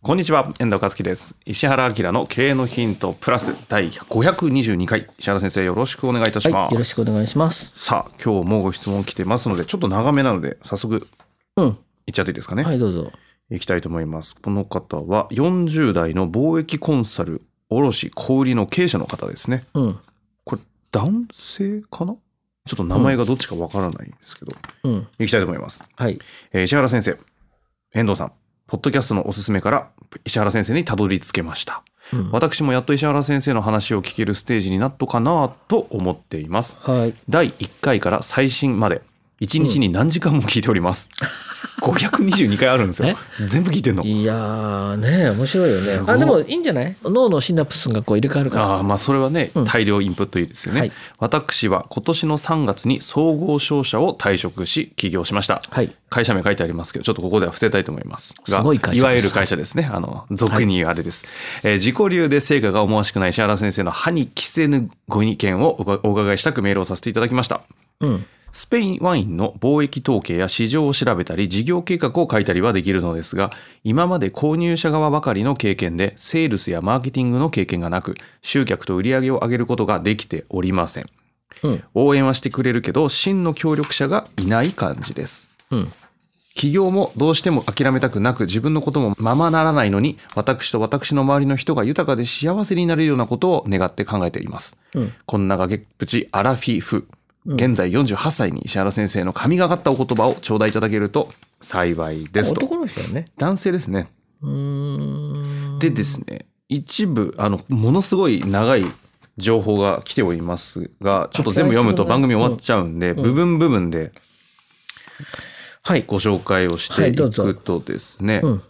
こんにちは、遠藤和樹です。石原明の経営のヒントプラス第522回、石原先生よろしくお願いいたします。はい、よろしくお願いします。さあ、今日もご質問来てますので、ちょっと長めなので、早速うん。いっちゃっていいですかね。、はいい、どうぞ。きたいと思います。この方は40代の貿易コンサル卸小売りの経営者の方ですね。うん。これ、男性かなちょっと名前がどっちかわからないんですけど、うん。いきたいと思います。はい。えー石原先生、遠藤さん、ポッドキャストのおすすめから石原先生にたどり着けました。うん私もやっと石原先生の話を聞けるステージになったかなと思っています。はい。第1回から最新まで、1日に何時間も聞いております。522回あるんですよ。全部聞いてんの。いやーね、面白いすよね。ごいあ、でもいいんじゃない脳のシナプスがこう入れ替わるああかまあそれはね、うん大量インプットいいですよね、はい私は今年の3月に総合商社を退職し起業しましたら。はい。会社名書いてありますけど、ちょっとここでは伏せたいと思いますが。すごい会社ですわゆる会社ですね。あの、俗に言うあれです。えー自己流で成果が思わしくない石原先生の歯に着せぬご意見をお伺お伺いしたくメールをさせていただきました。うん。スペインワインの貿易統計や市場を調べたり事業計画を書いたりはできるのですが今まで購入者側ばかりの経験でセールスやマーケティングの経験がなく集客と売り上げを上げることができておりませんうん。応援はしてくれるけど真の協力者がいない感じですうん。企業もどうしても諦めたくなく自分のこともままならないのに私と私の周りの人が豊かで幸せになれるようなことを願って考えていますうん。こんな崖っぷちアラフィフうん現在48歳に石原先生の神がかったお言葉を頂戴いただけると幸いですと男の人だよね。男性ですねうーん。でですね一部あのものすごい長い情報が来ておりますがちょっと全部読むと番組終わっちゃうんでんうん部分部分ではい。ご紹介をしていくとですね、うん。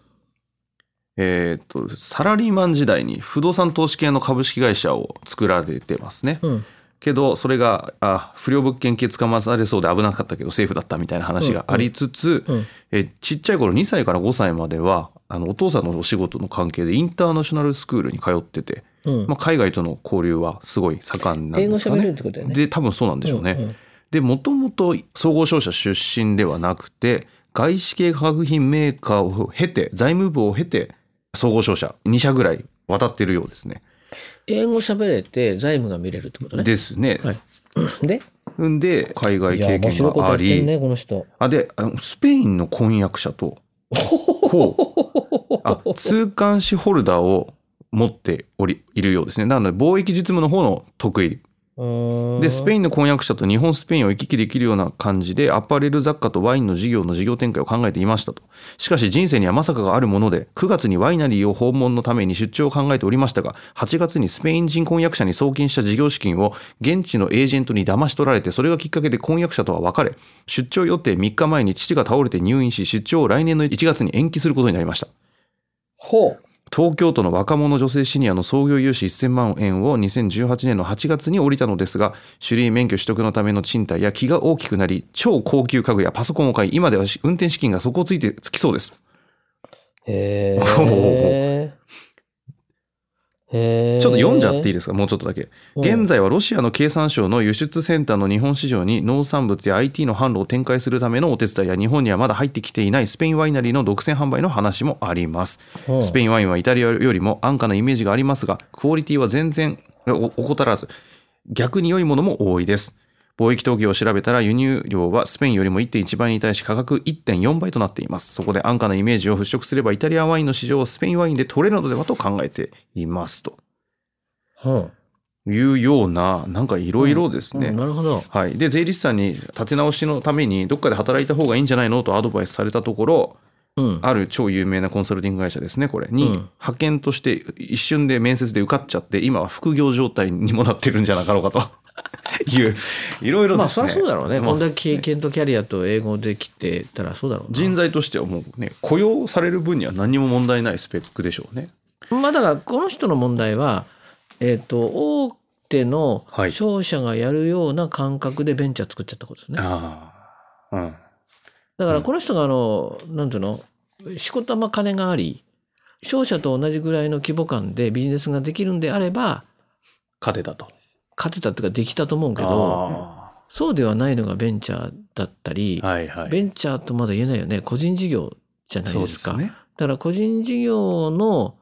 えっ、と、サラリーマン時代に不動産投資系の株式会社を作られてますね。うん。けど、それが、あ不良物件系捕まされそうで危なかったけど、セーフだったみたいな話がありつつ、うん。えちっちゃい頃2歳から5歳までは、あのお父さんのお仕事の関係でインターナショナルスクールに通ってて、うん。まあ、海外との交流はすごい盛んなん英語ですか喋れるねっ。てことだよね。で、多分そうなんでしょうね。で、もともと総合商社出身ではなくて、外資系化学品メーカーを経て、財務部を経て、総合商社2社ぐらい渡ってるようですね。英語喋れて財務が見れるってことね。ですね。はいで、んで、海外いや、経面白験いことがやあってり、んね、この人。あ、で、あのスペインの婚約者と、ほうあ通関士ホルダーを持っており、いるようですね。なので、貿易実務の方の得意ででスペインの婚約者と日本スペインを行き来できるような感じでアパレル雑貨とワインの事業の事業展開を考えていましたとしかし人生にはまさかがあるもので9月にワイナリーを訪問のために出張を考えておりましたが8月にスペイン人婚約者に送金した事業資金を現地のエージェントに騙し取られてそれがきっかけで婚約者とは別れ出張予定3日前に父が倒れて入院し出張を来年の1月に延期することになりましたほう。東京都の若者女性シニアの創業融資1000万円を2018年の8月に降りたのですが、種類免許取得のための賃貸や気が大きくなり、超高級家具やパソコンを買い、今では運転資金が底をついてつきそうです。へほうほうほうえ。へえ。 ちょっと読んじゃっていいですか、もうちょっとだけ。現在、在はロシアの経産省の輸出センターの日本市場に農産物や IT の販路を展開するためのお手伝いや日本にはまだ入ってきていないスペインワイナリーの独占販売の話もあります。スペイン。インワインはイタリアよりも安価なイメージがありますが、クオリティは全然お怠らず、逆に良いものも多いです。貿易統計を調べたら輸入量はスペインよりも1.1倍に対し価格1.4倍となっています。そこで安価なイメージを払拭すればイタリアワインの市場をスペインワインで取れるのではと考えていますと。うんいうような、なんかいろいろですね。うんなるほど。はい、で税理士さんに立て直しのためにどっかで働いた方がいいんじゃないのとアドバイスされたところうん。ある超有名なコンサルティング会社ですねこれにうん派遣として一瞬で面接で受かっちゃって今は副業状態にもなってるんじゃなかろうかと いういろいろまあ、ですそねりゃそうだろうね。まあこんだけ経験とキャリアと英語できてたらそうだろうな人材としてはもうね雇用される分には何も問題ないスペックでしょうね。まあだからこの人の問題は、えっと大手のはい商社がやるような感覚でベンチャー作っちゃったことですね。ああうんだからこの人があの、なんていうのしこたま金があり商社と同じぐらいの規模感でビジネスができるんであれば勝てたと。勝てたとかできたと思うけどあそうではないのがベンチャーだったり、あはいはい。ベンチャーとまだ言えないよね個人事業じゃないですか。そうね。だから個人事業の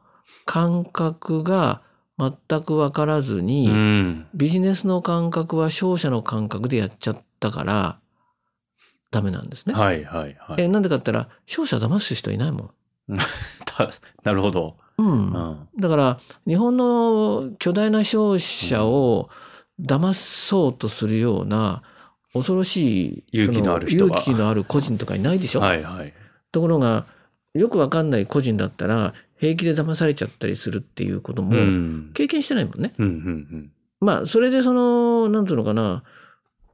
感覚が全く分からずに、うんビジネスの感覚は商社の感覚でやっちゃったからダメなんですね。はいはいはい。えなんでかって言ったら商社騙す人いないもた なるほど。ん。う。うんんだから日本の巨大な商社を騙そうとするような恐ろしい勇気のある人そが勇気のある個人とかいないでしょ。はいはい。ところがよくわかんない個人だったら平気で騙されちゃったりするっていうことうん。うもん経験してないもんね。うんうん。まあ、それでその、なんていうのかな、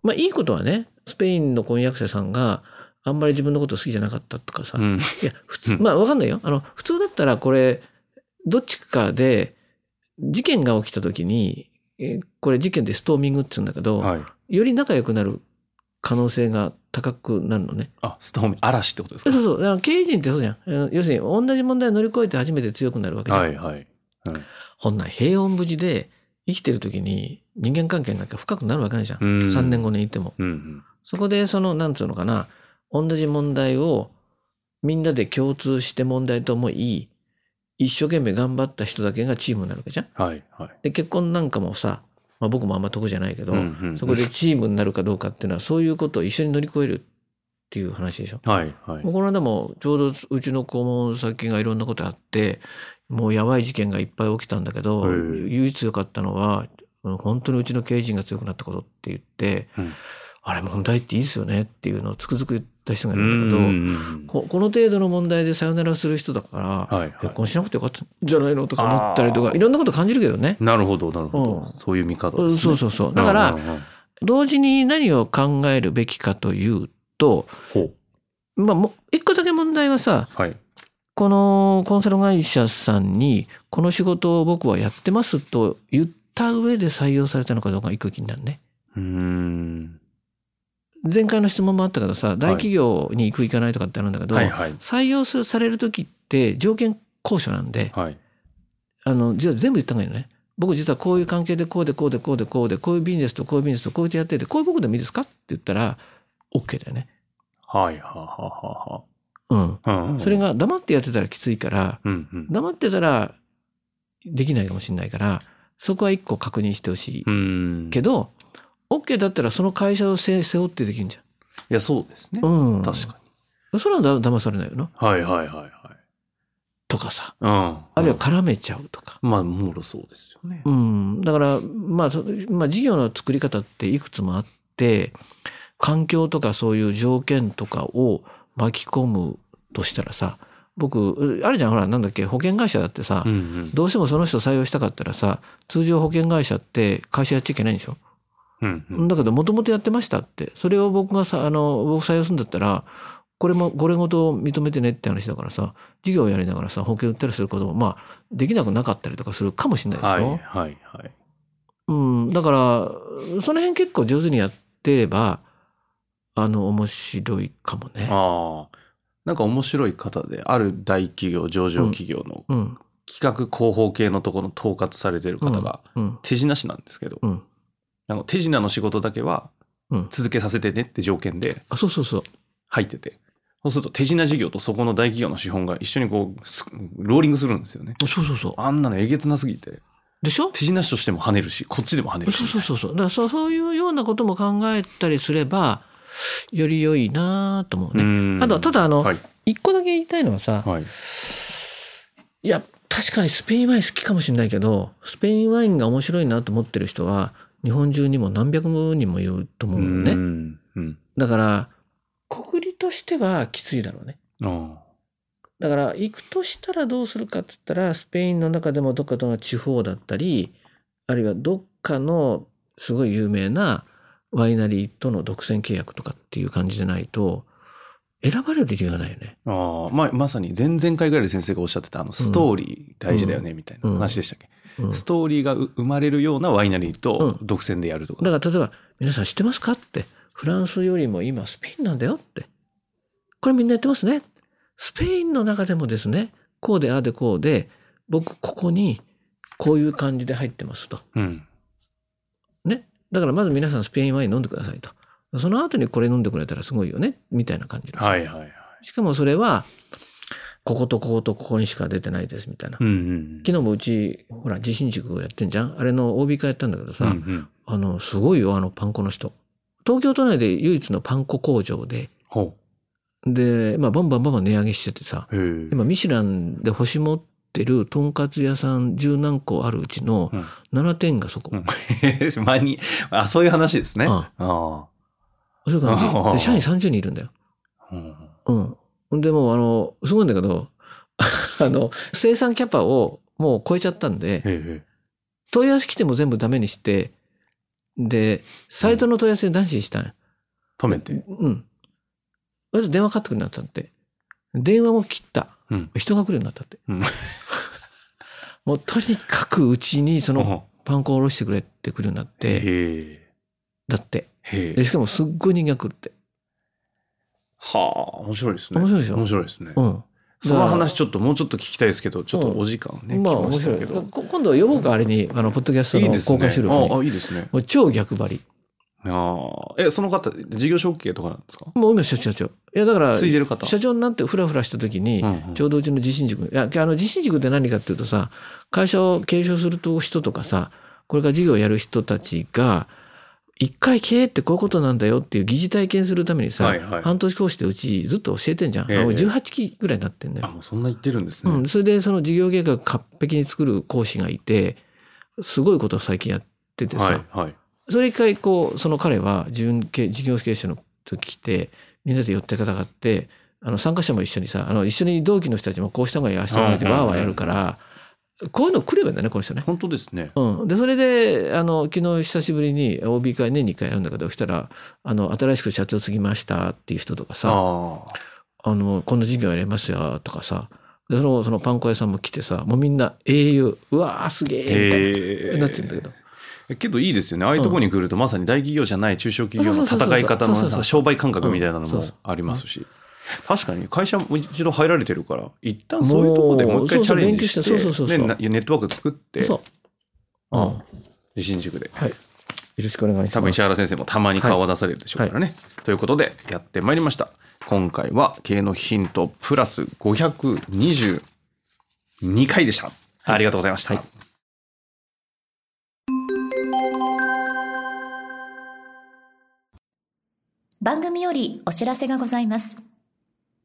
まあ、いいことはね、スペインの婚約者さんがあんまり自分のこと好きじゃなかったとかさ、ういんや、普通う、んまあ、わかんないよ。あの、普通だったらこれ、どっちかで、事件が起きた時に、えこれ事件でストーミングって言うんだけど、はい。より仲良くなる可能性が高くなるのね。あ、ストーミー、嵐ってことですそうか。そう、だから経営陣ってそうじゃん。えー要するに、同じ問題を乗り越えて初めて強くなるわけじゃん。はいはい。ほんなら平穏無事で生きてる時に人間関係なんか深くなるわけないじゃん。うん3年後にいても。うんうん。そこでその、なんつうのかな、同じ問題をみんなで共通して問題と思い、一生懸命頑張った人だけがチームになるわけじゃん。はいはい。で、結婚なんかもさ、まあ、僕もあんま得じゃないけど、うんうんそこでチームになるかどうかっていうのは、そういうことを一緒に乗り越えるっていう話でしょ。はいはいもう。この間もちょうどうちの顧問先がいろんなことあってもうやばい事件がいっぱい起きたんだけどへえ唯一良かったのはうん本当にうちの経営陣が強くなったことって言って、うんあれ問題っていいですよねっていうのをつくづく言った人がいうんるんだうけど、んうんここの程度の問題でさよならする人だから、はいは結婚しなくてよかったんじゃないのとか思ったりとあかーいろんなこと感じるけどねい。。なるほどなるほうど。んそういう見方うでんすね。そうそうそうだかうんらうんうん、同時に何を考えるべきかというと、ほう。まあ、もう一個だけ問題はさ、はい。このコンサル会社さんに、この仕事を僕はやってますと言った上で採用されたのかどうかが一個気になるね。うーん。前回の質問もあったからさ、大企業に行く行かないとかってあるんだけど、はいはい。採用するされる時って条件交渉なんで、はい。あの、実は全部言った方がいいのね。僕実はこういう関係でこうでこうでこうでこうで、こういうビジネスとこういうビジネスとこういうてやってて、こういう僕でもいいですかって言ったら、OK だよね。はいははうん。はは。うん。それ。が黙ってやってたらきついから、うんうん。黙ってたらできないかもしれないからそこは一個確認してほしういん。けど、OK だったらその会社をせ背負ってできるんじいや、そうですねゃん。。うん、確かに。にそれはだ騙されないよなはいはいはいはい。とかさうん。あるいは絡めちゃうとか、まあ、もろそうですよね。うん、だから、まあ、そまあ事業の作り方っていくつもあって環境とかそういう条件とかを巻き込むとしたらさ僕あれじゃんほらなんだっけ保険会社だってさ、うんうん。どうしてもその人採用したかったらさ通常保険会社って会社やっちゃいけないんでしょうんうん。だけど、もともとやってましたって。それを僕がさ、あの、僕採用するんだったら、これも、これごとを認めてねって話だからさ、事業をやりながらさ、保険売ったりすることも、まあ、できなくなかったりとかするかもしれないでしょ。はいはいはい。うん。だから、その辺結構上手にやってれば、あの、面白いかもね。ああ。なんか面白い方で、ある大企業、上場企業のうん。企画広報系のところの統括されてる方が、うん。手品師なんですけど、うん。あの手品の仕事だけはうん。続けさせてねって条件であ、そうそうそう。入ってて、そうすると手品事業とそこの大企業の資本が一緒にこう、すローリングするんですよね。そうそうそう。あんなのえげつなすぎて、でしょ手品師としても跳ねるし、こっちでも跳ねるしそう。 そうそうそう。だからそうそういうようなことも考えたりすれば、より良いなと思うね。うんあとただあのはい。一個だけ言いたいのはさ、はい。いや、確かにスペインワイン好きかもしれないけど、スペインワインが面白いなと思ってる人は、日本中にも何百人もいると思うのうね。んうんだから、国りとしてはきついだろうね。あだから、行くとしたらどうするかっつったら、スペインの中でもどっかの地方だったり、あるいはどっかのすごい有名なワイナリーとの独占契約とかっていう感じでないと、選ばれる理由がないよね。あああまあまさに前々回ぐらいで先生がおっしゃってたあのストーリー大事だよねみたいな話でしたっけ、うんストーリーがう生まれるようなワイナリーと独占でやるとか、だから例えば、皆さん知ってますかって、フランスよりも今スペインなんだよって。これみんなやってますね。スペインの中でもですね、こうでああでこうで、僕ここにこういう感じで入ってますと。うんね。だからまず皆さんスペインワイン飲んでくださいと。その後にこれ飲んでくれたらすごいよね、みたいな感じです。はいはいはいしかもそれは、こことこことここにしか出てないですみたいな。うんうん昨日もうち、ほら、地震塾やってんじゃんあれの OB 会やったんだけどさ、うんうんあの、すごいよ、あのパン粉の人。東京都内で唯一のパン粉工場で、ほで、まあ、バンバンバンバン値上げしててさ、うへえ今、ミシュランで星持ってるとんかつ屋さん十何個あるうちのうん7点がそこ。うん 前にあそういう話ですねあああそういう感じああで社員30人いるんだよ。うんうん。でもう、あの、すごいんだけど、 あの、生産キャパをもう超えちゃったんで、へえ問い合わせ来ても全部ダメにして、で、サイトの問い合わせ男子にしたんよ止めてうん。まず電話かかってくるようになったんだって。電話も切った。うん人が来るようになったって。うん もうとにかくうちにそのほうパン粉を下ろしてくれって来るようになって、へえだって。へでえしかもすっごい人気が来るって。はあ面白いですね面白いでしょ面白いですねうん。その話ちょっともうちょっと聞きたいですけどちょっとお時間ねまあ来ま面し白たいけです。どこ今度呼ぼうか、あれに、あの、ポッドキャストいいのですね公開収録に。あもあいいですねう超逆張り。ああえその方事業承継とかなんですかもう今、社長。いや、だから、ついでる方社長になってフラフラした時に、うんうんちょうどうちの地震塾。いや、あの地震塾って何かっていうとさ、会社を継承する人とかさ、これから事業をやる人たちが、一回経営ってこういうことなんだよっていう疑似体験するためにさ、はいはい半年講師でうちずっと教えてんじゃん。ええもう18期ぐらいになってんだあよ。もうそんな言ってるんですねうん、それでその事業計画を完璧に作る講師がいて、すごいことを最近やっててさ、はいはいそれ一回こうその彼は自分系事業経営者の時来てみんなで寄ってかたがってあの参加者も一緒にさあの一緒に同期の人たちもこうした方がいいああした方がいいってうんうんうわーんわーやるからこういうの来ればいいんだねこの人ね。本当ですねうん、でそれであの昨日久しぶりに OB 会年に1回やるんだけどそしたらあの新しく社長継ぎましたっていう人とかさあああのこの事業やりますよとかさでそのそのパン粉屋さんも来てさもうみんな英雄うわーすげえみたいへえななってるんだけど。けどいいですよねああいうところに来るとまさに大企業じゃない中小企業の戦い方のそうそうそうそうそうそうそさう商売感覚みたいなのうんそもうそうありますし確かに会社も一度入られてるから一旦そういうところでもう一も回うチャレンジしてそうそう勉強してそうそうそうそうねなネットワーク作ってそううん自信塾ではい。よろしくお願いします。多分石原先生もたまに顔は出されるでしょうからね。ということでやってまいりました今回は経営のヒントプラス522回でしたありがとうございました、はい番組よりお知らせがございます。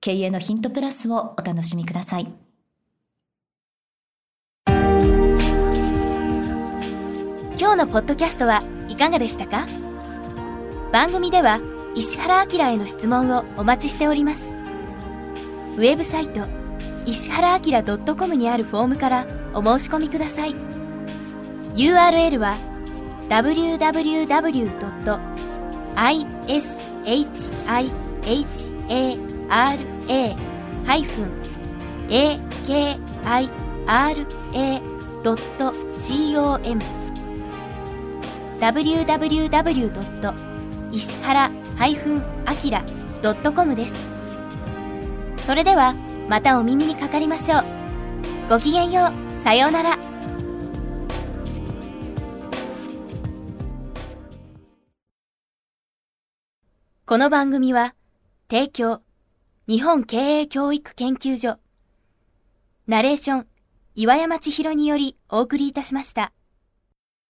経営のヒントプラスをお楽しみください。今日のポッドキャストはいかがでしたか番組では石原明への質問をお待ちしておりますウェブサイト石原明 .com にあるフォームからお申し込みください URL は www.ishihara-akira.com www. 石原 -akira.com です。それでは、またお耳にかかりましょう。ごきげんよう。さようなら。この番組は、提供、日本経営教育研究所、ナレーション、岩山千尋によりお送りいたしました。